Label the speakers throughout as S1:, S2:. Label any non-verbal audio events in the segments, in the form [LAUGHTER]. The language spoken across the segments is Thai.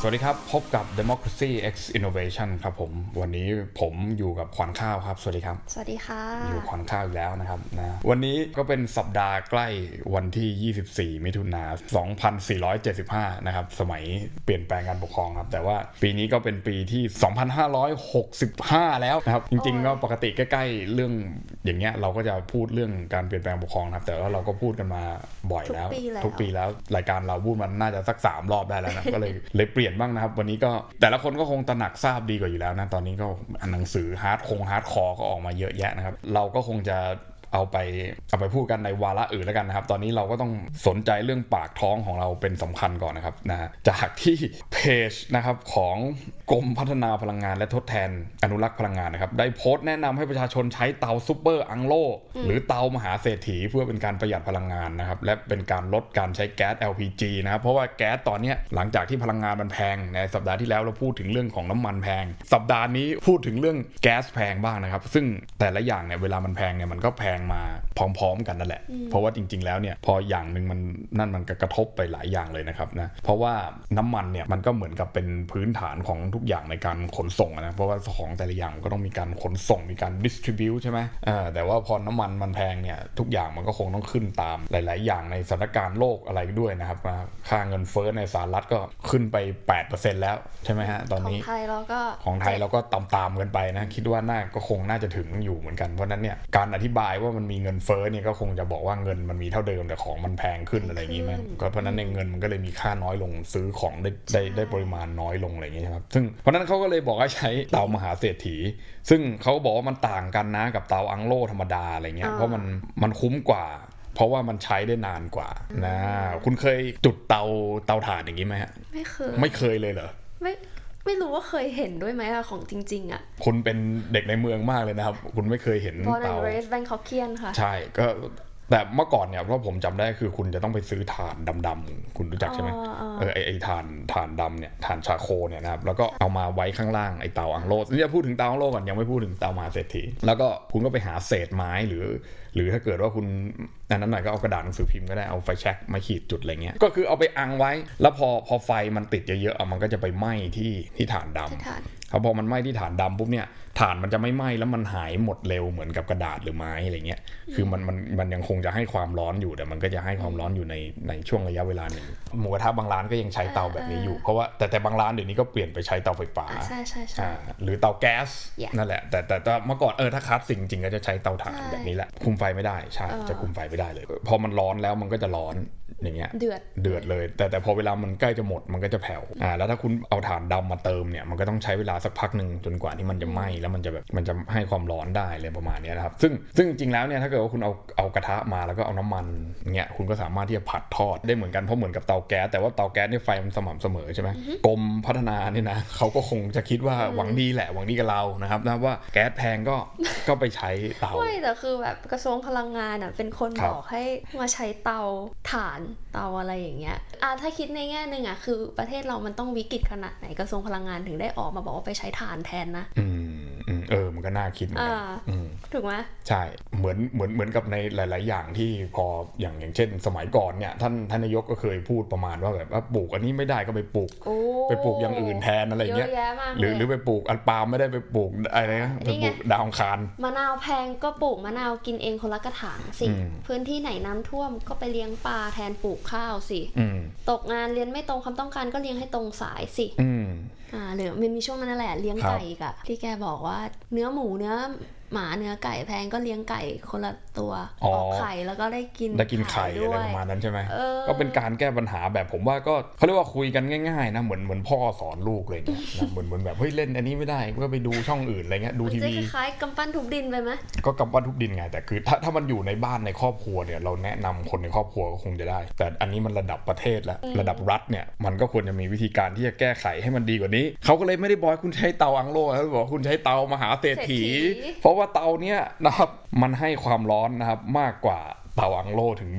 S1: สวัสดีครับ พบกับ Democracy X Innovation ครับผม วันนี้ผมอยู่กับขวัญข้าวครับ สวัสดีครับ
S2: สวัสดีค่ะ
S1: อยู่ขวัญข้าวอีกแล้วนะครับนะวันนี้ก็เป็นสัปดาห์ใกล้วันที่ 24 มิถุนา2475 นะครับ สมัยเปลี่ยนแปลงการปกครองครับ แต่ว่าปีนี้ก็เป็นปีที่ 2565 แล้วนะครับ จริงๆ ก็ปกติใกล้ๆ เรื่องอย่างเงี้ยเราก็จะพูดเรื่องการเปลี่ยนแปลงปกครองนะครับ แต่ว่าเราก็พูดกันมาบ่อยแล้ว
S2: ทุกปีแล้ว
S1: ทุกปีแล้วรายการเราพูดมันน่าจะสักสามรอบได้แล้วนะ [LAUGHS] ก็เลยเลยเปลี่ยนบ้างนะครับ วันนี้ก็แต่ละคนก็คงตระหนักทราบดีกว่าอยู่แล้วนะ ตอนนี้ก็อ่านหนังสือฮาร์ดคงฮาร์ดคอร์ก็ออกมาเยอะแยะนะครับ เราก็คงจะเอาไปเอาไปพูดกันในวาระอื่นแล้วกันนะครับ ตอนนี้เราก็ต้องสนใจเรื่องปากท้องของเราเป็นสำคัญก่อนนะครับนะฮะจากที่เพจนะครับของกรมพัฒนาพลังงานและทดแทนอนุรักษ์พลังงานนะครับได้โพสต์แนะนำให้ประชาชนใช้เตาซูเปอร์อังโล หรือเตามหาเศรษฐีเพื่อเป็นการประหยัดพลังงานนะครับ และเป็นการลดการใช้แก๊ส LPG นะครับ เพราะว่าแก๊สตอนเนี้ยหลังจากที่พลังงานมันแพงในสัปดาห์ที่แล้วเราพูดถึงเรื่องของน้ำมันแพง สัปดาห์นี้พูดถึงเรื่องแก๊สแพงบ้างนะครับ ซึ่งแต่ละอย่างเนี่ยเวลามันแพงเนี่ยมันก็แพงมาพร้อม ๆ กันนั่นแหละ เพราะว่าจริง ๆ แล้วเนี่ยพออย่างหนึ่งมันนั่นมันก็กระทบไปหลายอย่างเลยนะครับนะเพราะว่าน้ำมันเนี่ยมันก็เหมือนกับเป็นพื้นฐานของทุกอย่างในการขนส่งอะนะเพราะว่าของแต่ละอย่างมันก็ต้องมีการขนส่งมีการดิสทริบิวใช่ไหมเออแต่ว่าพอน้ำมันมันแพงเนี่ยทุกอย่างมันก็คงต้องขึ้นตามหลาย ๆ อย่างในสถานการณ์โลกอะไรด้วยนะครับนะค่าเงินเฟ้อในสหรัฐก็ขึ้นไป 8%แล้วใช่ไหมฮะตอน
S2: ของ
S1: นี้
S2: ไทยเราก็
S1: ของไทยเราก็ตามๆกันไปนะ คิดว่าน่าก็คงน่าจะถึงอยู่เหมือนกันเพราะฉะนั้นเนี่ยการอธิบายว่ามันมีเงินเฟ้อเนี่ยก็คงจะบอกว่าเงินมันมีเท่าเดิมแต่ของมันแพงขึ้นอะไรอย่างงี้ไหมก็เพราะฉะนั้นเนยเงินมันก็เลยมีค่าน้อยลงซื้อของได้ได้ได้ปริมาณน้อยลงอะไรอย่างงี้ใช่ไหมครับซึ่งเพราะฉะนั้นเขาก็เลยบอกว่าใช้เตามหาเศรษฐี ซึ่งเขาก็บอกว่ามันต่างกันนะกับเตาอังโลธรรมดาอะไรเงี้ยเพราะมันมันคุ้มกว่า เพราะว่ามันใช้ได้นานกว่านะคุณเคยจุดเตาเตาถ่านอย่างงี้ไหมฮะ
S2: ไม่เคย
S1: ไม่เคยเลยเหรอ
S2: ไม่ไม่รู้ว่าเคยเห็นด้วยไหมอะของจริง ๆอะ
S1: คุณเป็นเด็กในเมืองมากเลยนะครับ คุณไม่เคยเห็น
S2: Born
S1: เตา
S2: and raised Bangkokian ค่ะ
S1: ใช่ก็แต่เมื่อก่อนเนี่ยเพราะผมจำได้คือคุณจะต้องไปซื้อถ่านดำๆคุณรู้จักใช่ไหม
S2: อ๋ออ๋อ
S1: เออไอไอถ่านถ่านดำเนี่ยถ่านชาโคเนี่ยนะครับแล้วก็เอามาไว้ข้างล่างไอเตาอังโลนี่จะพูดถึงเตาอังโลก่อนยังไม่พูดถึงเตามหาเศรษฐีแล้วก็คุณก็ไปหาเศษไม้หรือ หรือถ้าเกิดว่าคุณอันนั้นหน่อยก็เอากระดาษหนังสือพิมพ์ก็ได้เอาไฟแช็กมาขีดจุดอะไรเงี้ยก็คือเอาไปอังไว้ แล้วพอพอไฟมันติดเยอะๆอ่ะมันก็จะไปไหม้ที่ที่ถ่านดำ
S2: ที่ฐาน
S1: เขาพอมันไหม้ที่ฐานดำปุ๊บเนี่ยฐานมันจะไม่ไหม้แล้วมันหายหมดเร็วเหมือนกับกระดาษหรือไม้อะไรเงี้ยคือมันมันมันยังคงจะให้ความร้อนอยู่แต่มันก็จะให้ความร้อนอยู่ในในช่วงระยะเวลาหนึ่งหมูกระทะบางร้านก็ยังใช้เตาแบบนี้อยู่ เพราะว่าแต่แต่บางร้านเดี๋ยวนี้ก็เปลี่ยนไปใช้เตาไฟฟ้า
S2: อ่ะใช่ใช่ใช่
S1: อ่าหรือเตาแก๊ส
S2: Yeah
S1: นั่นแหละแต่แต่แต่เมื่อก่อนเออถ้าคลาสสิกจริงๆก็จะใช้เตาถ่านแบบนี้แหละคุมไฟไม่ได้ใช่
S2: เออ
S1: จะคุมไฟไม่ได้เลย พอมันร้อนแล้วมันก็จะร้อนอย่างเงี้ย
S2: เดือด
S1: เดือดเลย แต่แต่พอเวลามันใกล้จะหมดมันก็จะแผ่วอ่าแล้วถ้าคุณเอาถ่านดำมาเติมเนี่ยมันก็ต้องใช้เวลาสักพักหนึ่งจนกว่าที่มันจะไหม้แล้วมันจะแบบมันจะให้ความร้อนได้เลยประมาณเนี้ยนะครับ ซึ่งซึ่งจริงๆแล้วเนี่ยถ้าเกิดว่าคุณเอาเอากระทะมาแล้วก็เอาน้ำมันเนี่ยคุณก็สามารถที่จะผัดทอดได้เหมือนกันเพราะเหมือนกับเตาแก๊สแต่ว่าเตาแก๊สเนี่ยไฟมันสม่ำเสมอใช่ไหมกรมพัฒนาเนี่ยนะเขาก็คงจะคิดว่าหวังดีแหละหวังดีกับเรานะครับนะว่าแก๊สแพงก็ก็ไปใช้เตา
S2: ไม่แต่คือแบบกระทรวงพลังงานอ่ะเป็นคน
S1: ครับ บอก
S2: ให้มาใช้เตาถ่านเตาอะไรอย่างเงี้ยอ่ะถ้าคิดในแง่หนึ่งอ่ะคือประเทศเรามันต้องวิกฤตขนาดไหนกระทรวงพลังงานถึงได้ออกมาบอกว่าไปใช้ถ่านแทนนะ
S1: ืมอืมเออมันก็น่าคิดเหมือนกัน
S2: อ่า
S1: อืม
S2: ถูกไหม
S1: ใช่ เหมือน เหมือน เหมือนกับในหลาย ๆ อย่างที่พอ อย่าง อย่างเช่น สมัยก่อนเนี่ย ท่าน ท่านนายกก็เคยพูดประมาณว่าแบบว่าปลูกอันนี้ไม่ได้ก็ไปปลูก
S2: โอ้
S1: ไปปลูกอย่างอื่นแทนอะไรเงี้ย
S2: เยอะแยะมาก
S1: หรือ ห
S2: เล
S1: รื
S2: ย
S1: อไปปลูกอันปาล์มไม่ได้ไปปลูกอะไรนะ ไปปลูกดาวอังคาร
S2: มะนาวแพงก็ปลูกมะนาวกินเองคนละกระถางสิ
S1: อืม
S2: พื้นที่ไหนน้ำท่วมก็ไปเลี้ยงปลาแทนปลูกข้าวสิ
S1: อืม
S2: ตกงานเรียนไม่ตรงความต้องการก็เลี้ยงให้ตรงสายสิ
S1: อืม
S2: อ่าหรือมันมีช่วงนั้นแหละเลี้ยงไก่อีกอะที่แกบอกว่าเนื้อหมูเนื้อหมาเนื้อไก่แพงก็เลี้ยงไก่คนละตัว
S1: อ๋อ
S2: ออกไข่แล้วก็ได้กิน
S1: ได้กินไข่
S2: ด้
S1: อะไร
S2: วย
S1: ประมาณนั้นใช่ไหม
S2: เออ
S1: ก็เป็นการแก้ปัญหาแบบผมว่าก็เขาเรียกว่าคุยกันง่าย ๆ นะ เหมือน เหมือนพ่อสอนลูกเลยเนี่ยนะเหมือน เหมือนแบบ เฮ้ย เล่นอันนี้ไม่ได้ ก็ไปดูช่องอื่นอะไรเงี้ย ดู
S2: มัน
S1: ที
S2: จะ
S1: วี
S2: คล้ายๆกำปั้นทุบดินไปไหม
S1: ก็กำปั้นทุบดินไงแต่คือถ้าถ้ามันอยู่ในบ้านในครอบครัวเนี่ยเราแนะนำคนในครอบครัวก็คงจะได้ แต่อันนี้มันระดับประเทศแล้วระดับรัฐเนี่ยมันก็ควรจะมีวิธีการที่จะแก้ไขให้มันดีกว่านี้เขาก็เลยไม่ได้บอกให้คุณใช้เตาอังโลแล้วบอกว่าคุณใช้เตามหาเศรษฐี เพราะว่าเตาเนี่ยนะครับมันให้ความร้อนนะครับมากกว่า เตาอังโลถึง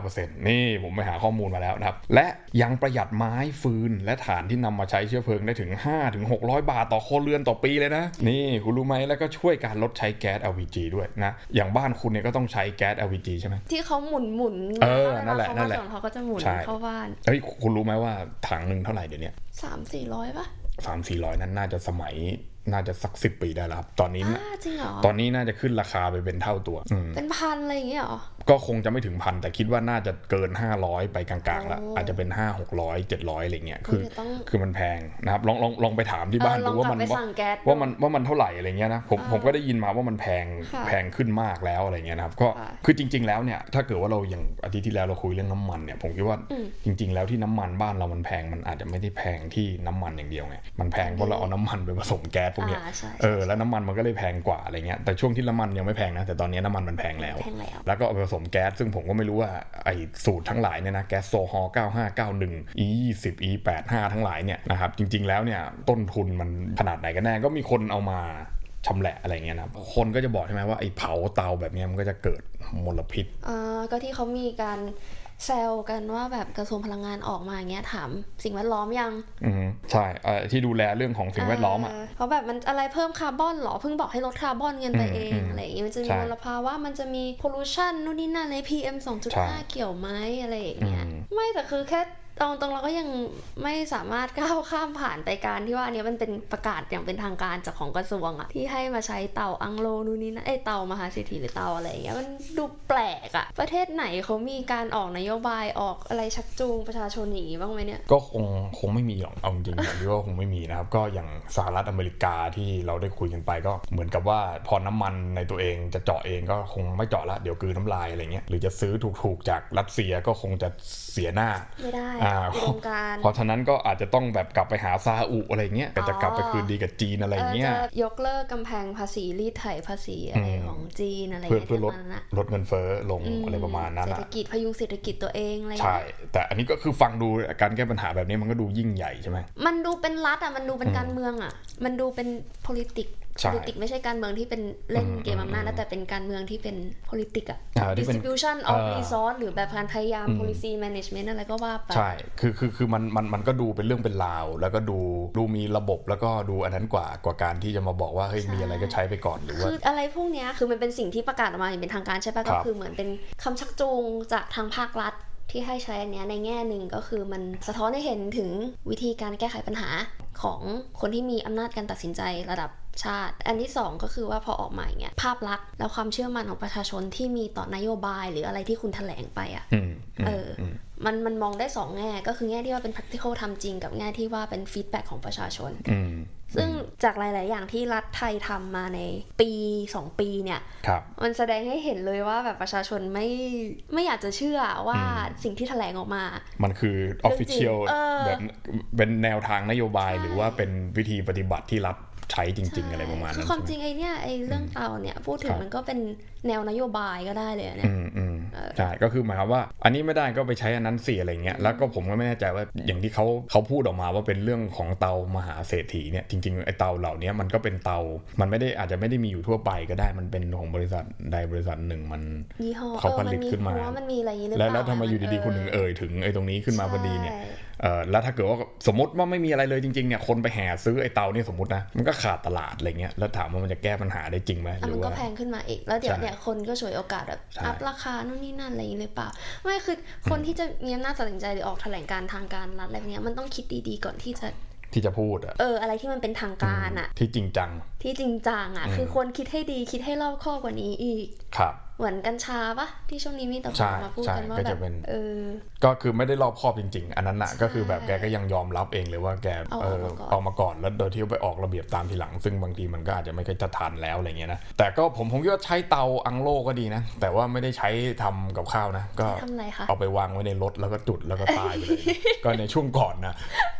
S1: 29%นี่ผมไปหาข้อมูลมาแล้วนะครับ และยังประหยัดไม้ฟืนและถ่านที่นำมาใช้เชื้อเพลิงได้ถึง 5-600 บาทต่อครัวเรือนต่อปีเลยนะ นี่คุณรู้ไหมแล้วก็ช่วยการลดใช้แก๊ส LPG ด้วยนะ อย่างบ้านคุณเนี่ยก็ต้องใช้แก๊ส LPG ใช่ไหม
S2: ที่เขาหมุนหมุน
S1: เออ
S2: วลา
S1: นั่นแหละ
S2: เขา
S1: นั่นแหละ
S2: มาส่งเขาก็จะหมุน
S1: ใช่
S2: เข้าบ้าน
S1: เอ้ยคุณรู้ไหมว่าถังหนึ่งเท่าไหร่เดี๋ยวนี้
S2: สามสี่ร้อยป่ะ
S1: สามสี่ร้อยนั้นน่าจะสมัยน่าจะสักสิบปีได้แล้วครับ ตอนนี้
S2: อ้า
S1: น่ะ
S2: จริงเหรอ
S1: ตอนนี้น่าจะขึ้นราคาไปเป็นเท่าตัวอืม
S2: เป็นพันอะไรอย่างเงี้ยเหรอ
S1: ก็คงจะไม่ถึงพันแต่คิดว่าน่าจะเกิน 500 ไปกลางๆแล้ว
S2: โอ้
S1: อาจจะเป็น 5 600 700อะไรเงี้ยคือ
S2: ก็จะต้อง
S1: คือมันแพงนะครับลองลองลองไปถามที่บ้าน
S2: เออล
S1: ดู
S2: อง
S1: ว่ามั
S2: กลับไปสั่งแก๊สดู
S1: ว่ามันว่ามันเท่าไหร่อะไรเงี้ยนะผม
S2: เออ
S1: ผมก็ได้ยินมาว่ามันแพง
S2: ค่ะ
S1: แพงขึ้นมากแล้วอะไรเงี้ยนะครับก็
S2: ค่ะ
S1: คือจริง ๆแล้วเนี่ยถ้าเกิดว่าเราอย่างอาทิตย์ที่แล้วเราคุยเรื่องน้ำมันเนี่ยผมคิดว่า
S2: อืม
S1: จริง ๆ แล้วที่น้ำมันบ้านเรามันแพงมันอาจจะไม่ได้แพงที่น้ำมันอย่างเดียวไงมันแพงเพราะเราเอาน้ำมันไปผสมแก๊สพวกเนี้ย
S2: อ่าใช่
S1: เออแล้วน้ำมันมันก็เลยแพงกว่าอะไรเงี้ยแต่ช่วงที่น้ำมันยังไม่แพงนะ แต่ตอนนี้น้ำมันมันแพงแล้ว
S2: แพงแล้ว
S1: แล้วก็เอาไปผสมแก๊ส ซึ่งผมก็ไม่รู้ว่าไอ้สูตรทั้งหลายเนี่ยนะแก๊สโซฮอล์9591 E 20 E 85ทั้งหลายเนี่ยนะครับจริง ๆ แล้วเนี่ยต้นทุนมันขนาดไหนกันแน่ก็มีคนเอามาชำแหละอะไรเงี้ยนะคนก็จะบอกใช่ไหมว่าไอ้เผาเตาแบบเนี้ยมันก็จะเกิดมลพิษ
S2: อ่าก็ที่เขามีการแซวกันว่าแบบกระทรวงพลังงานออกมาอย่างเงี้ยถามสิ่งแวดล้อมยัง
S1: อืมใช่เอ่อที่ดูแลเรื่องของสิ่งแวดล้อมอ่ะ
S2: เเพราะแบบมันอะไรเพิ่มคาร์บอนเหรอเพิ่งบอกให้ลดคาร์บอนเงินไป
S1: อืม
S2: เองอะไรอย่างเงี้ยมันจะมี
S1: ใช่
S2: มลภาวะมันจะมีพ l ลูชันนู่นนี่นั่นเลย PM
S1: ใช่
S2: 2.5 เกี่ยวไหมอะไรอย่างเงี้ย
S1: อืม
S2: ไม่แต่คือแค่ตรงตรงๆเราก็ยังไม่สามารถก้าวข้ามผ่านไปการที่ว่าอันเนี้ยมันเป็นประกาศอย่างเป็นทางการจากของกระทรวงอะที่ให้มาใช้เตาอังโลนู่นนี่นั่นเอ้ยเตามหาเศรษฐีหรือเตาอะไรอย่างเงี้ยมันดูแปลกอะประเทศไหนเขามีการออกนโยบายออกอะไรชักจูงประชาชนอย่างงี้บ้างไหมเนี่ย
S1: ก็คงคงไม่มีหรอกเอาจริงๆผมคิดว่าคงไม่มีนะครับ ก็อย่างสหรัฐอเมริกาที่เราได้คุยกันไปก็เหมือนกับว่าพอน้ำมันในตัวเองจะเจาะเองก็คงไม่เจาะละเดี๋ยวกลืนน้ำลายอะไรเงี้ยหรือจะซื้อถูกๆจากรัสเซียก็คงจะเสียหน้า
S2: ไม่ได้
S1: อ่า
S2: อุดมการณ์
S1: เพราะฉะนั้นก็อาจจะต้องแบบกลับไปหาซาอุอะไรเงี้ยก็จะกลับไปคืนดีกับจีนอะไร
S2: เออ
S1: เงี้ย
S2: จะยกเลิกกำแพงภาษีรีดไถภาษีอะไร
S1: อืม
S2: ของจีนอะไร
S1: เพื่อเพื่อลด
S2: ประมาณนั้นอะ
S1: ลดเงินเฟ้อลง
S2: ม
S1: อะไรประมาณนั้น
S2: เศรษ
S1: อะ
S2: ฐกิจพยุงเศรษฐกิจตัวเองอะไร
S1: ใช่
S2: เงี้ย
S1: แต่อันนี้ก็คือฟังดูการแก้ปัญหาแบบนี้มันก็ดูยิ่งใหญ่ใช่ไหม
S2: มันดูเป็นรัฐอ่ะมันดูเป็น
S1: อืม
S2: การเมืองอ่ะ มันดูเป็น politics
S1: ใช่
S2: politics ไม่ใช่การเมืองที่เป็นเล่นเกมอำนาจนะแต่เป็นการเมืองที่เป็น politics อ่ะ
S1: อ่าที่เป็น
S2: distribution of
S1: เอ่อ
S2: resource หรือแบบการพยายาม
S1: อืม
S2: policy management อะไรก็ว่าไป
S1: ใช่ คือ คือ คือ มัน มัน มันก็ดูเป็นเรื่องเป็นราว แล้วก็ดู ดูมีระบบ แล้วก็ดูอันนั้นกว่า กว่าการที่จะมาบอกว่า เฮ้ย มีอะไรก็ใช้ไปก่อน หรือว่า
S2: คืออะไรพวกเนี้ยคือมันเป็นสิ่งที่ประกาศออกมาอย่างเป็นทางการใช่ปะ
S1: ครั
S2: ก็
S1: บ
S2: คือเหมือนเป็นคำชักจูงจากทางภาครัฐที่ให้ใช้อันเนี้ยในแง่หนึ่งก็คือมันสะท้อนให้เห็นถึงวิธีการแก้ไขปัญหาของคนที่มีอำนาจการตัดสินใจระดับชาติ อันที่สองก็คือว่าพอออกมาอย่างเงี้ยภาพลักษณ์และความเชื่อมั่นของประชาชนที่มีต่อนโยบายหรืออะไรที่คุณแถลงไปอ่ะ
S1: ืมอืม
S2: เอออ
S1: ม
S2: มันมันมองได้สองแง่ก็คือแง่ที่ว่าเป็น practical ทำจริงกับแง่ที่ว่าเป็นฟีดแบ็ของประชาชน
S1: อืม
S2: ซึ่งจากหลาย ๆ อย่างที่รัฐไทยทำมาในปี 2 ปีเนี่ย
S1: ครับ
S2: มันแสดงให้เห็นเลยว่าแบบประชาชนไม่ไม่อยากจะเชื่อว่า
S1: อืม
S2: สิ่งที่แถลงออกมา
S1: มันคือ official
S2: เออ
S1: แบบ เป็นแนวทางนโยบาย
S2: ใช่
S1: หรือว่าเป็นวิธีปฏิบัติที่รัฐใช้จริง ๆ อะไรประมาณ
S2: คื
S1: นั้
S2: อน ความจ
S1: ใช่
S2: ริ
S1: ไหม
S2: งไอ้เนี่ยไอ้เรื่องเตาเนี่ย พูดถึ
S1: ครั
S2: ง
S1: บ
S2: มันก็เป็นแนวนโยบายก็ได้เลยอะเนี่
S1: อื
S2: ย
S1: มอืม
S2: เออ
S1: ใช่ ก็คือหมายความว่า อันนี้ไม่ได้ก็ไปใช้อันนั้นสิอะไรเงี้ย แล้วก็ผมก็ไม่แน่ใจว่าอย่างที่เขาเขาพูดออกมาว่าเป็นเรื่องของเตามหาเศรษฐีเนี่ยจริงๆไอ้เตาเหล่านี้มันก็เป็นเตา มันไม่ได้อาจจะไม่ได้มีอยู่ทั่วไปก็ได้มันเป็นของบริษัทใดบริษัทหนึ่งมัน
S2: ยี่ห้อ
S1: เขา
S2: เออ
S1: ผ
S2: มั
S1: ลิต
S2: มี
S1: ขึ้นมา
S2: หัวมันมีอะไรอย่างนี้หรือเป
S1: แล้
S2: ล่าว
S1: แล้วทำไมอยู่ดีๆคุณถึง
S2: เออ
S1: เอ่ยถึงไอ้ตรงนี้ขึ้นมาพอดีเนี่ย
S2: ใช่
S1: เอ่อแล้วถ้าเกิดว่าสมมติว่าไม่มีอะไรเลยจริงๆเนี่ยคนไปแห่ซื้อไอ้เตาเนี่ยสมมตินะมันก็ขาดตลาดอะไรเงี้ยแล้วถามว่ามันจะแก้ปัญหาได้จริงไหม
S2: อ่ะ
S1: หรื
S2: มั
S1: อน
S2: ก็
S1: ว่า
S2: แพงขึ้นมาอีก แล้วเดี๋ยวเนี่ยคนก็ฉวยโอกาสแบบ
S1: ใช่
S2: อัพราคานู่นนี่นั่นอะไรอย่างนี้หรือเปล่า ไม่คือคนที่จะมีอำนาจตัดสินใจหรือออกแถลงการณ์ทางการรัฐอะไรเนี้ยมันต้องคิดดีๆก่อนที่จะ
S1: ที่จะพูดอะ
S2: เอออะไรที่มันเป็นทางการอะ
S1: ที่จริงจัง
S2: ที่จริงจังอะ
S1: อืม
S2: คือควรคิดให้ดีคิดให้รอบคอบกว่านี้อีก
S1: ครับ
S2: เหมือนกัญชาปะที่ช่วงนี้มีแต่ค
S1: ใช่
S2: นมาพูดกัน
S1: ใช่
S2: ว่า
S1: ก็
S2: แบ
S1: จะ
S2: บ
S1: เป็น
S2: เออ
S1: ก็คือไม่ได้รอบคอบจริง ๆ อันนั้นน่ะ
S2: ใช่
S1: ก็คือแบบแกก็ยังยอมรับเองเลยว่าแก
S2: เอา
S1: เอ
S2: ออ
S1: อ
S2: กมาก่อน
S1: เอามาก่อนแล้วโดยที่ไปออกระเบียบตามทีหลัง ซึ่งบางทีมันก็อาจจะไม่ค่อยจะทันแล้วอะไรเงี้ยนะแต่ก็ผมผมคิดว่าใช้เตาอังโลก็ดีนะ แต่ว่าไม่ได้ใช้ทำกับข้าวนะ ก็
S2: ทำอะไรคะ
S1: เอาไปวางไว้ในรถแล้วก็จุดแล้วก็ตายไปเลย
S2: [LAUGHS]
S1: ก็ในช่วงก่อนนะ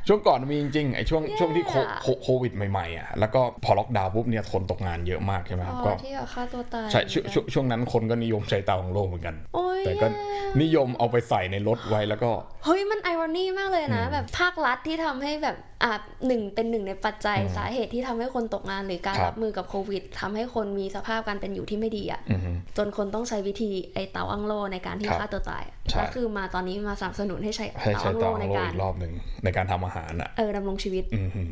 S1: ช่วงก่อนมีจริงๆไอ้ช่วงช่วงที่โคโคโควิดใหม่ๆอ่ะแล้วก็พอล็อกดาวน์ปุ๊บเนี่ยคนตกงานเยอะมากใช่ไหมครับ
S2: อ๋
S1: ก็
S2: อที่เอาฆ่าตัวตาย
S1: ใช่ช่วงช่วงช่วงนั้นคน คนก็นิยมใช้เตาของโลกเหมือนกัน
S2: โอ้ย
S1: แต่ก็
S2: แย่
S1: นิยมเอาไปใส่ในรถไว้แล้วก็
S2: เฮ้ยมันไอรอนีมากเลยนะ
S1: อืม
S2: แบบภาครัฐที่ทำให้แบบอ่าหนึ่งเป็นหนึ่งในปัจจัย
S1: อืม
S2: สาเหตุที่ทำให้คนตกงานหรือการ
S1: ครับ
S2: รับมือกับโควิดทำให้คนมีสภาพการเป็นอยู่ที่ไม่ดีอะ่ะ
S1: อือฮึ
S2: จนคนต้องใช้วิธีไอเตาอังโลในการที่
S1: ครับ
S2: ฆ่าตัวตายอะ
S1: ใช่
S2: ก็คือมาตอนนี้มาสนับสนุนให้ใช้
S1: ให้
S2: เตา
S1: ใช้
S2: อังโล
S1: เตาของ
S2: ใน
S1: โลก
S2: การ
S1: อีกรอบหนึ่งในการทำอาหารอ่ะ
S2: เออดำรงชีวิต
S1: อื้อหือ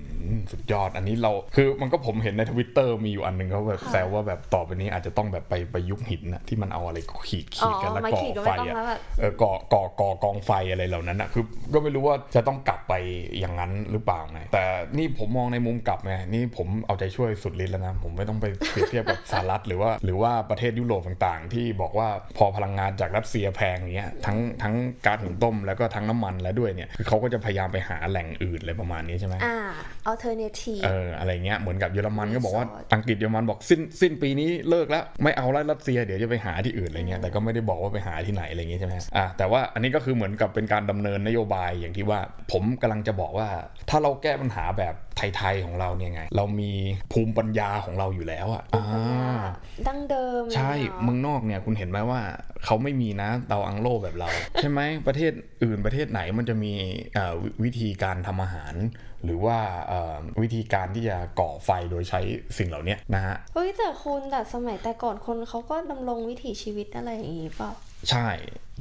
S1: สุดยอดอันนี้เราคือมันก็ผมเห็นในทวิตเตอร์มีอยู่อันหนึ่งเขาแบบ
S2: ค่ะ
S1: แซวว่าแบบต่อไปนี้อาจจะต้องแบบไปไประยุคหินนะที่มันเอาอะไรขีด
S2: อ๋
S1: ขี
S2: อ
S1: ดกันแล้ว
S2: ไม่
S1: ก่อ
S2: ขีดก็
S1: ไฟ
S2: ไม่ต้
S1: อะ
S2: องแล้วแบบ
S1: เออก่อก่อก่อกองไฟอะไรเหล่านั้นอะคือก็ไม่รู้ว่าจะต้องกลับไปอย่างนั้นหรือเปล่าไงแต่นี่ผมมองในมุมกลับไงนี่ผมเอาใจช่วยสุดฤทธิ์แล้วนะผมไม่ต้องไปเปรียบเทียบกับสหรัฐหรือว่า หรือว่าประเทศยุโรปต่างๆ ที่บอกว่าพอพลังงานจากรัสเซียแพงอย่างเงี้ยทั้งทั้งก๊าซหุงต้มแล้วก็ทั้งน้ำมันแล้วด้วยเนี่ยคือเขาก็จะพยายามไปหาแหล่งอื่นอะไรประมาณนี้ใช่ไหม
S2: อ่า alternative
S1: เอออะไรเงี้ยเหมือนกับเยอรมันก็บอกว่า
S2: Resort
S1: อังกฤษเยอรมันบอกสิ้นสิ้นปีนี้เลิกแล้ว ไม่เอาแล้วรัสเซียเดี๋ยวจะไปหาที่อื่นอะไรเงี้ยแต่ก็ไม่ได้บอกว่าไปหาที่ไหนอะไรเงี้ยใช่ไหมอ่ะแต่ว่าอันนี้ก็คือเหมือนกับเป็นการดำเนินนโยบายอย่างที่ว่า ผมกำลังจะบอกว่า ถ้าเราแก้ปัญหาแบบไทยๆของเราเนี่ยไง เรามีภูมิปัญญาของเราอยู่แล้วอะอ่า
S2: ดั้งเดิม
S1: ใช่
S2: เลยเนอะ
S1: เมืองนอกเนี่ยคุณเห็นไหมว่าเขาไม่มีนะเตาอังโลแบบ [LAUGHS] เรา ใช่ไหมประเทศอื่นประเทศไหนมันจะมีเอ่อวิวิธีการทำอาหาร หรือว่าเอ่อวิธีการที่จะก่อไฟโดยใช้สิ่งเหล่านี้นะฮะ
S2: เฮ้ยแต่คุณแต่สมัยแต่ก่อนคนเขาก็ดำรงวิถีชีวิตอะไรอย่างงี้เปล่า
S1: ใช่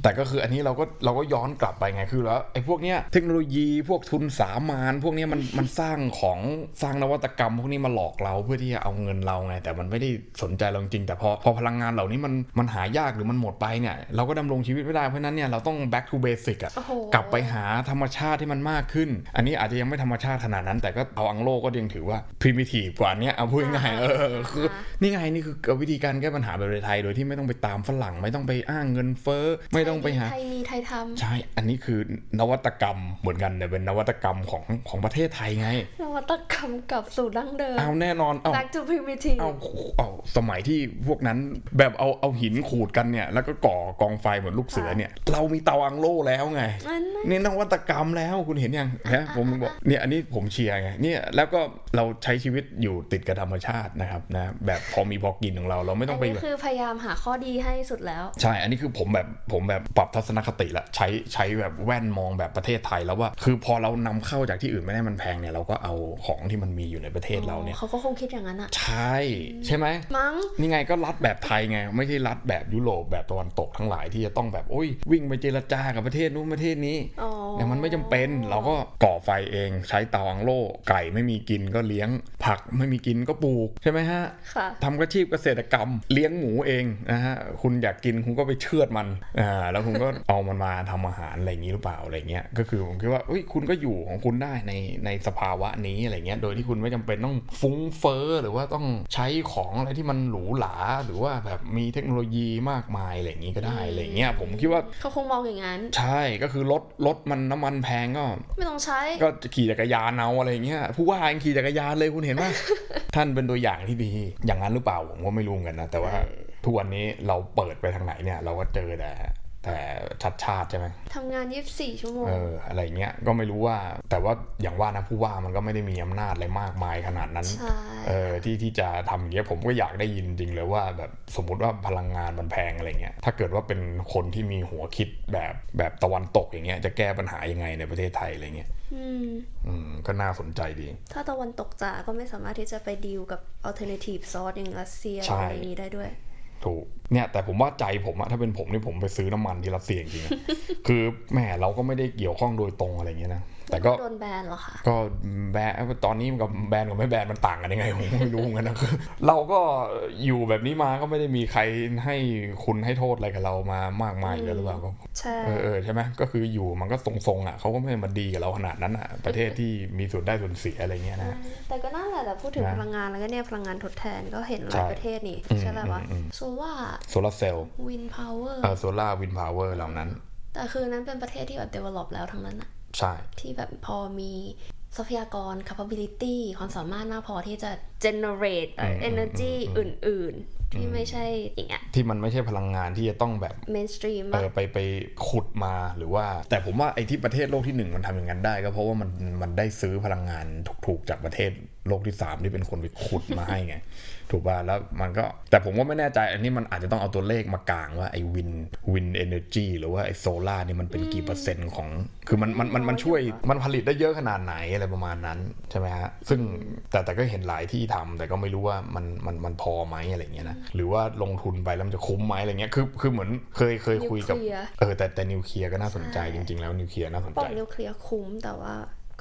S1: แต่ก็คืออันนี้เราก็เราก็ย้อนกลับไปไงคือแล้วไอ้พวกเนี้ยเทคโนโลยีพวกทุนสามานพวกเนี้ยมันมันสร้างของสร้างนวัตกรรม พวกนี้มาหลอกเราเพื่อที่จะเอาเงินเราไง แต่มันไม่ได้สนใจเราจริงๆแต่พอพอพลังงานเหล่านี้มันมันหายากหรือมันหมดไปเนี่ยเราก็ดำรงชีวิตไม่ได้เพราะฉะนั้นเนี่ยเราต้อง back to basic อะ
S2: โอ้โห
S1: กลับไปหาธรรมชาติที่มันมากขึ้น อันนี้อาจจะยังไม่ธรรมชาติขนาดนั้น แต่ก็เอาอังโลก็ยังถือว่า primitive กว่าอันเนี้ยเอาพูดง่ายๆเออคือ นี่ไงนี่คือวิธีการแก้ปัญหาแบบไทยๆโดยที่ไม่ต้องไปตามฝรั่ง ไม่ต้องไปอ้างเงินเฟ้อ ไม่ต้องไปหา
S2: ไทยมีไทยทำ
S1: ใช่ อันนี้คือนวัตกรรมเหมือนกันแต่เป็นนวัตกรรมของของประเทศไทยไง
S2: นวัตกรรมกลับสู่ดั้งเดิม
S1: เอาแน่นอนเอา
S2: back to primitive
S1: เอาเอาสมัยที่พวกนั้นแบบเอาเอาหินขูดกันเนี่ย แล้วก็ก่อกองไฟเหมือนลูกเสือเนี่ย เรามีเตาอังโล่แล้วไง
S2: อันนั้น
S1: นี่นวัตกรรมแล้วคุณเห็นยังนะผมบอกเนี่ยอันนี้ผมเชียร์ไงเนี่ยแล้วก็เราใช้ชีวิตอยู่ติดกับธรรมชาตินะครับนะแบบพอมีพอกินของเราเราไม่ต้อ
S2: อั
S1: ง
S2: น
S1: ไป
S2: นี้คือพยายามหาข้อดีให้สุดแล้ว
S1: ใช่ อันนี้คือผมแบบผมแบบปรับทัศนคติละใช้ใช้แบบแว่นมองแบบประเทศไทยแล้วว่า คือพอเรานำเข้าจากที่อื่นไม่ได้มันแพงเนี่ยเราก็เอาของที่มันมีอยู่ในประเทศเราเนี่ย
S2: เขาก็คงคิดอย่างนั้นอะ
S1: ใช่ ใช่ไหม
S2: มั้ง
S1: นี่ไงก็รัฐแบบไทยไง ไม่ใช่รัฐแบบยุโรปแบบตะวันตกทั้งหลายที่จะต้องแบบโอ้ยวิ่งไปเจรจากับประเทศนู้นประเทศนี้
S2: อ๋อ
S1: แต่มันไม่จำเป็นเราก็ก่อไฟเองใช้เตาอังโล่ไก่ไม่มีกินก็เลี้ยง ผักไม่มีกินก็ปลูกใช่ไหมฮะ
S2: ค่ะ
S1: ทำอาชีพเกษตรกรรมเลี้ยงหมูเองนะฮะคุณอยากกินคุณก็ไปเชือดมันอ่าแล้วคุณก็ เอามันมาทำอาหารอะไรอย่างนี้หรือเปล่าอะไรเงี้ยก็คือผมคิดว่าเอ้ยคุณก็อยู่ของคุณได้ในในสภาวะนี้อะไรเงี้ยโดยที่คุณไม่จำเป็นต้องฟุ้งเฟ้อหรือว่าต้องใช้ของอะไรที่มันหรูหราหรือว่าแบบมีเทคโนโลยีมากมายอะไรอย่างนี้ก็ได้อะไรเงี้ยผมคิดว่า
S2: เขาคงมองอย่างนั้น
S1: ใช่ก็คือรถรถมันน้ำมันแพงก็
S2: ไม่ต้องใช้
S1: ก็ขี่จักรยานเอาอะไรอย่างเงี้ยผู้ว่ายังขี่จักรยานเลยคุณเห็นไหม ท่านเป็นตัวอย่างที่ดี อย่างนั้นหรือเปล่าผมก็ไม่รู้เหมือนกันนะ แต่ว่าทุกวันนี้เราเปิดไปทางไหนเนี่ย เราก็เจอแต่ แต่ชัดชาติใช่ไหม
S2: ทำงาน 24 ชั่วโมง
S1: เอออะไรเงี้ยก็ไม่รู้ว่า แต่ว่าอย่างว่านะผู้ว่ามันก็ไม่ได้มีอำนาจอะไรมากมายขนาดนั้น
S2: ใช่
S1: เออที่ที่จะทำอย่างเงี้ยผมก็อยากได้ยินจริงเลยว่าแบบสมมติว่าพลังงานมันแพงอะไรเงี้ยถ้าเกิดว่าเป็นคนที่มีหัวคิดแบบแบบตะวันตกอย่างเงี้ยจะแก้ปัญหายังไงในประเทศไทยอะไรเงี้ย
S2: อืม
S1: อืมก็น่าสนใจดี
S2: ถ้าตะวันตกจ๋าก็ไม่สามารถที่จะไปดีลกับ alternative source อย่างรัสเซีย
S1: ใช่
S2: อะไรอย่างนี้ได้ด้วย
S1: ถูกเนี่ยแต่ผมว่าใจผมอะถ้าเป็นผมนี่ผมไปซื้อน้ำมันที่รัสเซียจริ
S2: [LAUGHS]
S1: งๆนะ คือแหมเราก็ไม่ได้เกี่ยวข้องโดยตรงอะไรอย่างเงี้ยนะแต่ก็
S2: โดนแบนเหรอคะ
S1: ก็แบนตอนนี้มันกับแบนกับไม่แบนมันต่างกันยังไง [LAUGHS] ผมก็ไม่รู้เหมือนกันนะคือเราก็อยู่แบบนี้มาก็ไม่ได้มีใครให้คุณให้โทษอะไรกับเรามามากมายอยู่แล้วหรือเปล่าก็
S2: ใช่
S1: เออเออใช่ไหมก็คืออยู่มันก็ทรงๆอ่ะเขาก็ไม่ได้มาดีกับเราขนาดนั้นอ่ะประเทศที่มีส่วนได้ส่วนเสียอะไรเงี้ยนะ
S2: แต่ก็นั่นแหละแต่พูดถึง
S1: นะ
S2: พลังงานแล้วก็เนี่ยพลังงานทดแทนก็เห็นหลาย
S1: ใช่
S2: ประเทศนี่
S1: อืม
S2: ใช่ไหมวะ
S1: อืมอืม
S2: โซว่า
S1: โซลาเซลล์
S2: wind power
S1: เออโซลาวินพาวเวอร์เหล่านั้น
S2: แต่คือนั้นเป็นประเทศที่แบบ develop แล้วทั้งนั้นอะ
S1: ใช่
S2: ที่แบบพอมีทรัพยากร capability ความสามารถมากพอที่จะ generate เอ่อ
S1: อืม
S2: energy อื่น ๆ ที่ไม่ใช่อย่างเงี้ย
S1: ที่มันไม่ใช่พลังงานที่จะต้องแบบ
S2: mainstream
S1: เอ
S2: อะ
S1: อไปไปขุดมาหรือว่า แต่ผมว่าไอ้ที่ประเทศโลกที่หนึ่งมันทำอย่างนั้นได้ก็เพราะว่ามันมันได้ซื้อพลังงานถูกๆจากประเทศ โลกที่สามที่เป็นคนไปขุดมาให้ [LAUGHS] ไง ถูกป่ะแล้วมันก็แต่ผมก็ไม่แน่ใจอันนี้มันอาจจะต้องเอาตัวเลขมากางว่าไอ้วินวินเอเนอร์จีหรือว่าไอ้โซล่าเนี่ยมันเป็นกี่เปอร์เซ็นต์ของ คือมันมันมันมันช่วยมันผลิตได้เยอะขนาดไหนอะไรประมาณนั้นใช่ไหมฮะซึ่งแต่แต่ก็เห็นหลายที่ทำแต่ก็ไม่รู้ว่ามันมันมันพอไหมอะไรอย่างเงี้ยนะหรือว่าลงทุนไปแล้วมันจะคุ้มไหมอะไรเงี้ยคือคือเหมือนเคยเคยคุยกับ
S2: นิวเคลียร์
S1: เออแต่แต่นิวเคลียร์ก็น่าสนใจจริง ๆ แล้วนิวเคลียร์น่าสน
S2: ปล่
S1: ใจ
S2: อยนิวเคลียร์คุ้มแต่ว่า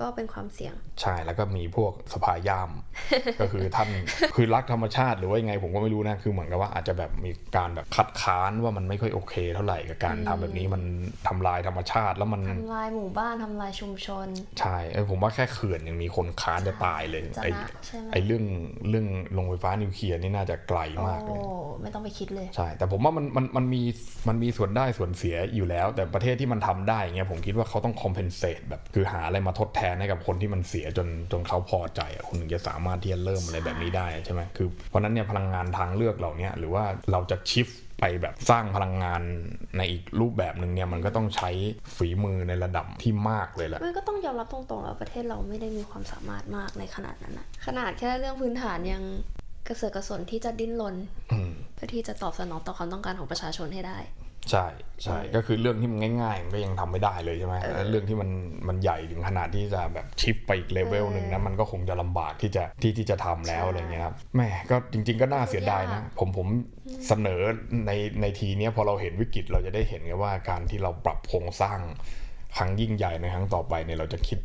S2: ก็เป็นความเสี่ยง
S1: ใช่แล้วก็มีพวกสภาย่าม
S2: [LAUGHS]
S1: ก็คือท่านคือรักธรรมชาติหรือว่ายังไงผมก็ไม่รู้นะ คือเหมือนกับว่าอาจจะแบบมีการแบบคัดค้านว่ามันไม่ค่อยโอเค เท่าไหร่กับการทำแบบนี้มันทำลายธรรมชาติแล้วมัน
S2: ทำลายหมู่บ้านทำลายชุมชน
S1: ใช่เออผมว่าแค่เขื่อนยังมีคนค้านจะตายเลย
S2: จะ
S1: ไอ้
S2: นะใช่ไหม
S1: ไอ้เรื่องเรื่องโรงไฟฟ้านิวเคลียร์นี่น่าจะไกลมากเล
S2: โอ้
S1: ย
S2: ไม่ต้องไปคิดเลย
S1: ใช่ แต่ผมว่ามันมันมันมีมันมีส่วนได้ส่วนเสียอยู่แล้ว แต่ประเทศที่มันทำได้อย่างเงี้ยผมคิดว่าเขาต้อง compensate แบบคือหาอะไรมาทดแทนให้กับคนที่มันเสียจนจนเขาพอใจอะคุณถึงจะสามารถที่จะเริ่มอะไรแบบนี้ได้ใช่ไหมคือเพราะฉะนั้นเนี่ยพลังงานทางเลือกเหล่าเนี้ยหรือว่าเราจะชิฟไปแบบสร้างพลังงานในอีกรูปแบบหนึ่งเนี่ยมันก็ต้องใช้ฝีมือในระดับที่มากเลยแหละ
S2: มันก็ต้องยอมรับตรงๆแล้วประเทศเราไม่ได้มีความสามารถมากในขนาดนั้นนะขนาดแค่เรื่องพื้นฐานยังกระเสือกกระสนที่จะดิ้นรน
S1: อืม
S2: เพื่อที่จะตอบสนองต่อความต้องการของประชาชนให้ได้
S1: ใช่ใช่ก็คือเรื่องที่มันง่ายๆ มันก็ยังทำไม่ได้เลยใช่ไหมแล้วเรื่องที่มันมันใหญ่ถึงขนาดที่จะแบบชิปไปอีกเลเวลหนึ่งนะมันก็คงจะลำบากที่จะที่ที่จะทำแล้ว
S2: ใช่
S1: อะไรเงี้ยครับแหม่ก็จริง ๆ ก็น่าเสียดายนะ
S2: ยาก
S1: ผมผมเสนอในในทีเนี้ยพอเราเห็นวิกฤตเราจะได้เห็นไงว่าการที่เราปรับโครงสร้างครั้งยิ่งใหญ่ในครั้งต่อไปเนี่ยเราจะคิด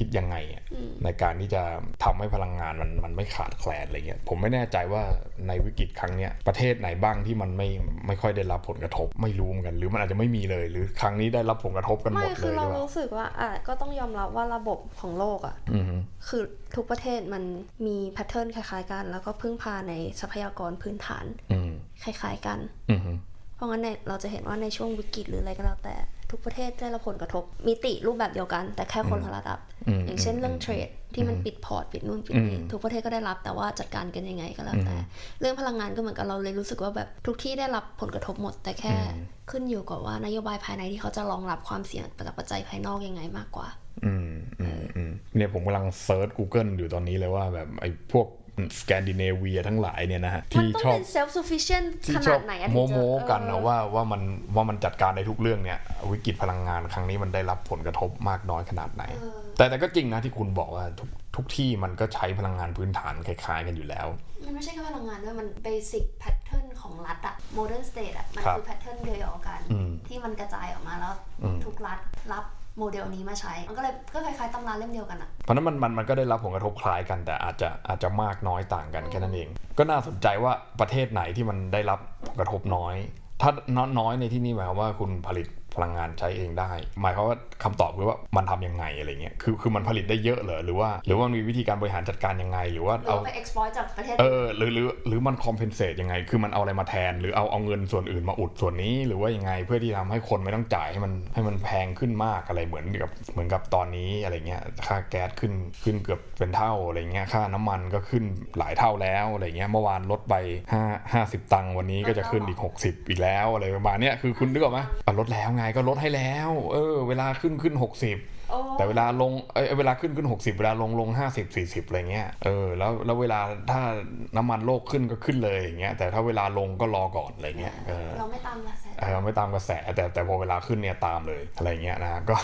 S1: คิดยังไงอะในการที่จะทำให้พลังงานมันมันไม่ขาดแคลนอะไรเงี้ยผมไม่แน่ใจว่าในวิกฤตครั้งเนี้ยประเทศไหนบ้างที่มันไม่ไม่ค่อยได้รับผลกระทบไม่รู้เหมือนกัน หรือมันอาจจะไม่มีเลย หรือครั้งนี้ได้รับผลกระทบกันห
S2: ไม่
S1: มด
S2: คื
S1: เล
S2: อ
S1: ห
S2: ยเรา
S1: รือเปล่า
S2: รู้สึกว่าอ่ะก็ต้องยอมรับว่าระบบของโลกอ่ะ
S1: อือฮึ
S2: คือทุกประเทศมันมีแพทเทิร์นคล้ายๆกัน แล้วก็พึ่งพาในทรัพยากรพื้นฐาน
S1: อืม
S2: คล้ายๆกัน
S1: อือฮึ
S2: เพราะงั้นเนี่ยเราจะเห็นว่าในช่วงวิกฤตหรืออะไรก็แล้วแต่ ทุกประเทศได้รับผลกระทบมิติรูปแบบเดียวกัน แต่แค่คนละระดับ
S1: อืม
S2: อย่างเช่นเรื่องเทรดที่มันปิดพอร์ตปิดนู่นปิดนี่
S1: อืม
S2: ทุกประเทศก็ได้รับแต่ว่าจัดการกันยังไงก็แล้วแต่ เรื่องพลังงานก็เหมือนกันเราเลยรู้สึกว่าแบบทุกที่ได้รับผลกระทบหมด แต่แค่
S1: อืม
S2: ขึ้นอยู่กับว่านโยบายภายในที่เขาจะรองรับความเสี่ยงจากปัจจัยภายนอกยังไงมากกว่า
S1: อืมอืมอืมเนี่ยผมกำลังเซิร์ช Google อยู่ตอนนี้เลยว่าแบบไอ้พวกสแกนดิเนเวียทั้งหลายเนี่ยนะฮะ
S2: มัน
S1: ที่
S2: ต้อง
S1: ชอบ
S2: เป็น self sufficient
S1: ที่
S2: ข
S1: ช
S2: นา
S1: อบ
S2: ดไหนอะถึ
S1: โม
S2: งจะ
S1: โมกัน
S2: เอ
S1: นะ
S2: อ
S1: ว่าว่ามันว่ามันจัดการในทุกเรื่องเนี่ย วิกฤตพลังงานครั้งนี้มันได้รับผลกระทบมากน้อยขนาดไหน
S2: เออ
S1: แต่แต่ก็จริงนะที่คุณบอกว่าทุกทุกที่มันก็ใช้พลังงานพื้นฐานคล้ายๆกันอยู่แล้ว
S2: มันไม่ใช่แค่พลังงานด้วย มัน basic pattern ของรัฐอะ modern state อะมัน
S1: ครับ
S2: คือ pattern เดียวกัน
S1: อืม
S2: ที่มันกระจายออกมาแล้ว
S1: อืม
S2: ทุกรัฐรับโมเดลนี้มาใช้ มันก็เลยก็คล้ายๆตำราเล่มเดียวกันอะ
S1: เพราะฉะนั้นมันมันมันก็ได้รับผลกระทบคล้ายกันแต่อาจจะอาจจะมากน้อยต่างกันแค่นั้นเอง ก็น่าสนใจว่าประเทศไหนที่มันได้รับผลกระทบน้อย ถ้าน้อยน้อยในที่นี่หมายความว่าคุณผลิตพลังงานใช้เองได้ หมายความว่าคำตอบคือว่ามันทำยังไงอะไรเงี้ยคือคือมันผลิตได้เยอะเหรอหรือว่า หรือว่ามันมีวิธีการบริหารจัดการยังไง หรือว่า
S2: หรือ
S1: เอา
S2: ว่าไป exploit จากประเทศ
S1: เออหรือหรือหรือมันคอมเพนเซตยังไง คือมันเอาอะไรมาแทน หรือเอาเอาเงินส่วนอื่นมาอุดส่วนนี้หรือว่ายังไงเพื่อที่ทำให้คนไม่ต้องจ่ายให้มันให้มันแพงขึ้นมากอะไรเหมือนกับเหมือนกับตอนนี้อะไรเงี้ยค่าแก๊สขึ้นขึ้นเกือบเป็นเท่าอะไรเงี้ยค่าน้ำมันก็ขึ้นหลายเท่าแล้วอะไรเงี้ยเมื่อวานลดไป5 50 ตังค์วันนี้ก็จะขึ้นอีก 60 อีกแล้วอะไรประมาณเนี้ยคือคุณนึกออกไหมอ่ะลดแล้วไงก็ลดให้แล้วเออเวลาขึ้นขึ้น 60
S2: โอ้
S1: แต่เวลาลงเอ้ยเวลาขึ้นขึ้น 60 เวลาลงลง 50 40 อะไรเงี้ย เออ แล้ว แล้วเวลาถ้าน้ำมันโลกขึ้นก็ขึ้นเลยอย่างเงี้ย แต่ถ้าเวลาลงก็รอก่อนอะไรเงี้ย เออ
S2: เราไม่ตามกระแส
S1: เออไม่ตามกระแส แต่แต่พอเวลาขึ้นเนี่ยตามเลยอะไรเงี้ยนะ [LAUGHS] ก็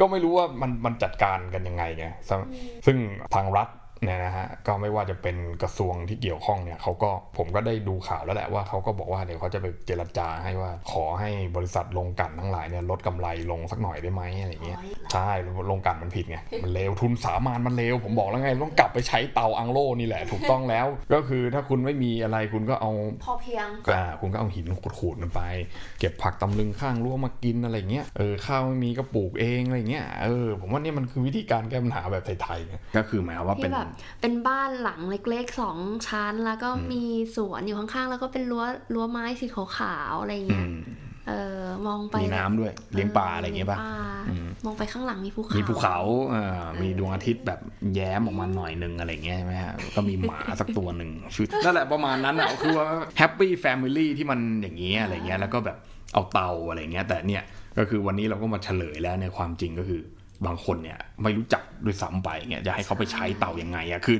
S1: ก็ไม่รู้ว่ามันมันจัดการกันยังไงไงซึ่งซึ่งทางรัฐเนี่ยนะฮะก็ไม่ว่าจะเป็นกระทรวงที่เกี่ยวข้องเนี่ยเขาก็ผมก็ได้ดูข่าวแล้วแหละว่าเขาก็บอกว่าเดี๋ยวเขาจะไปเจรจาให้ว่าขอให้บริษัทลงกลันทั้งหลายเนี่ยลดกำไรลงสักหน่อยได้ไหมอะไรเงี้ย ใช่ลงกลันมันผิดไง มันเลวทุนสามานมันเลวผมบอกแล้วไงต้องกลับไปใช้เตาอังโลนี่แหละ ถูกต้องแล้ว [LAUGHS] ก็คือถ้าคุณไม่มีอะไรคุณก็เอา
S2: พอเพียง
S1: อ่าคุณก็เอาหินขูดๆมันไป เก็บผักตำลึงข้างรั้วมากินอะไรเงี้ยเออข้าวไม่มีก็ปลูกเองอะไรเงี้ยเออผมว่าเนี่ยมันคือวิธีการแก้ปัญหาแบบไทยๆนะก็คือหมายความว่าเป็
S2: ที่
S1: น
S2: แบบเป็นบ้านหลังเล็กๆสองชั้น แล้วก็มีสวนอยู่ข้างๆ แล้วก็เป็นรั้วรั้วไม้สีขาวๆอะไรอย่างเงี้ย
S1: อืม
S2: เออมองไป
S1: มีน้ำด้วยเลี้ยงปลาอะไรเงี้ยป่ะ
S2: มี
S1: อืม
S2: มองไปข้างหลังมีภูเขา
S1: มีภูเขาอ่ามีดวงอาทิตย์แบบแย้มออกมาหน่อยหนึงอะไรเงี้ยใช่ไหมฮะก็มีหมา สักตัวหนึ่งชื่อนั่นแหละประมาณนั้นอ่ะคือว่าแฮปปี้แฟมิลี่ที่มันอย่างเงี้ยอะไรเงี้ยแล้วก็แบบเอาเตาอะไรเงี้ยแต่เนี่ยก็คือวันนี้เราก็มาเฉลยแล้วในยความจริงก็คือ บางคนเนี่ยไม่รู้จักด้วยซ้ำไปเงี้ยจะให้เขาไปใช้เต่ายังไงอะคือ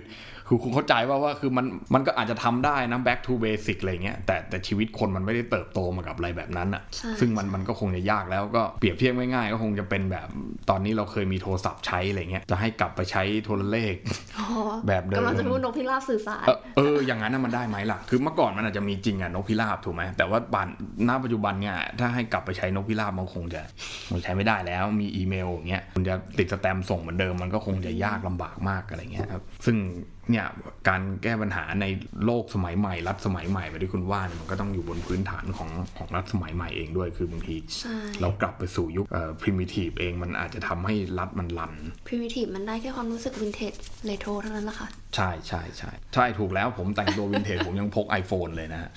S1: คือคุณเข้าใจว่าว่าคือมันมันก็อาจจะทำได้นะ back to basic อะไรเงี้ยแต่แต่ชีวิตคนมันไม่ได้เติบโตมากับอะไรแบบนั้นอะ
S2: ใช่
S1: ซึ่งมันมันก็คงจะยากแล้วก็เปรียบเทียบง่ายๆก็คงจะเป็นแบบตอนนี้เราเคยมีโทรศัพท์ใช้อะไรเงี้ยจะให้กลับไปใช้โทรเลข
S2: อ๋อ
S1: แบบเดิม
S2: กำลังจะพูดนกพิราบสื่อสาร
S1: เออเออ อย่างนั้นน่ะมันได้ไหมล่ะ คือเมื่อก่อนมันอาจจะมีจริงอะนกพิราบถูกไหม แต่ว่าบันณปัจจุบันเนี่ยถ้าให้กลับไปใช้นกพิราบมันคงจะมันใช้ไม่ได้แล้ว มีอีเมลอย่างเงี้ยคุณจะติดสแตมป์ส่งเหมือนเดิมมันก็คงจะยากลำบากมากอะไรเงี้ยครับ ซึ่งเนี่ยการแก้ปัญหาในโลกสมัยใหม่ รัฐสมัยใหม่ไปที่คุณว่าเนี่ยมันก็ต้องอยู่บนพื้นฐานของของรัฐสมัยใหม่เองด้วย คือบางที
S2: ใช่
S1: เรากลับไปสู่ยุคเอ่อ primitive เองมันอาจจะทำให้รัฐมันลัน
S2: primitive มันได้แค่ความรู้สึกวินเทจเลโทรเท่านั้นแหละค่ะ
S1: ใช่ใช่ใช่ใช่ถูกแล้วผมแต่งตัววินเทจ [LAUGHS] ผมยังพก iPhone เลยนะฮะ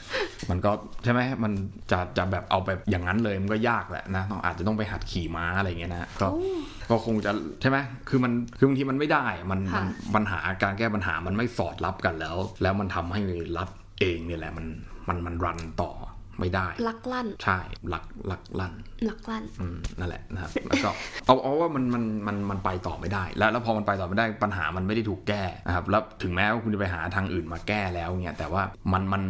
S1: มันก็ใช่ไหมมันจะจะแบบเอาแบบอย่างนั้นเลยมันก็ยากแหละนะต้องอาจจะต้องไปหัดขี่ม้าอะไรเงี้ยนะฮะก็
S2: โอ้
S1: ก็คงจะใช่ไหมคือมันคือบางทีมันไม่ได้มัน
S2: ค่ะ
S1: มันปัญหาการแก้ปัญหามันไม่สอดรับกันแล้ว แล้วมันทำให้รัฐเองเนี่ยแหละมันมันมันรันต่อไม่ได้
S2: ลักลั่น
S1: ใช่หลักหลักลั่น
S2: ลักลั่น
S1: อืมนั่นแหละนะครับ แล้วก็ [LAUGHS] เอาเอาว่ามันมันมันมันไปต่อไม่ได้ แล้วแล้วพอมันไปต่อไม่ได้ปัญหามันไม่ได้ถูกแก้นะครับแล้วถึงแม้ว่าคุณจะไปหาทางอื่นมาแก้แล้วเนี่ยแต่ว่ามันมัน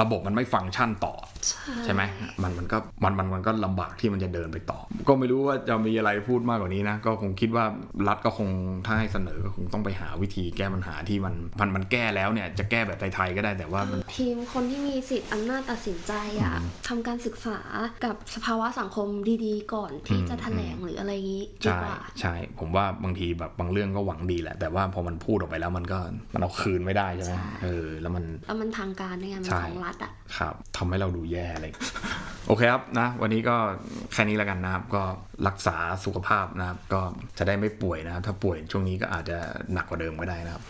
S1: ระบบมันไม่ฟังก์ชันต่อ
S2: ใช่
S1: ใช่ไหมมันมันก็มันมันมันก็ลำบากที่มันจะเดินไปต่อ ก็ไม่รู้ว่าจะมีอะไรพูดมากกว่านี้นะ ก็คงคิดว่ารัฐก็คงถ้าให้เสนอก็คงต้องไปหาวิธีแก้ปัญหาที่มันมันมันแก้แล้วเนี่ยจะแก้แบบไทยๆก็ได้แต่ว่ามัน
S2: ทีมคนที่มีสิทธิ์อำนาจตัดสินใจอะทำการศึกษากับสภาวะสังคมดีๆ ก่อนที่จะแถลงหรืออะไรอย่างนี้ดี
S1: ใช่
S2: กว่า
S1: ใช่ผมว่าบางทีแบบบางเรื่องก็หวังดีแหละ แต่ว่าพอมันพูดออกไปแล้วมันก็มันเอาคืนไม่ได้ใช่ไหม
S2: ใช่
S1: เออ แล้วมัน
S2: แล้วมันทางการยังไงมัน
S1: ใช่
S2: ของรัฐอะ
S1: ครับทำให้เราดูแย่อะไร โอเคครับนะ วันนี้ก็แค่นี้แล้วกันนะครับ ก็รักษาสุขภาพนะครับ ก็จะได้ไม่ป่วยนะครับ ถ้าป่วยช่วงนี้ก็อาจจะหนักกว่าเดิมก็ได้นะครับ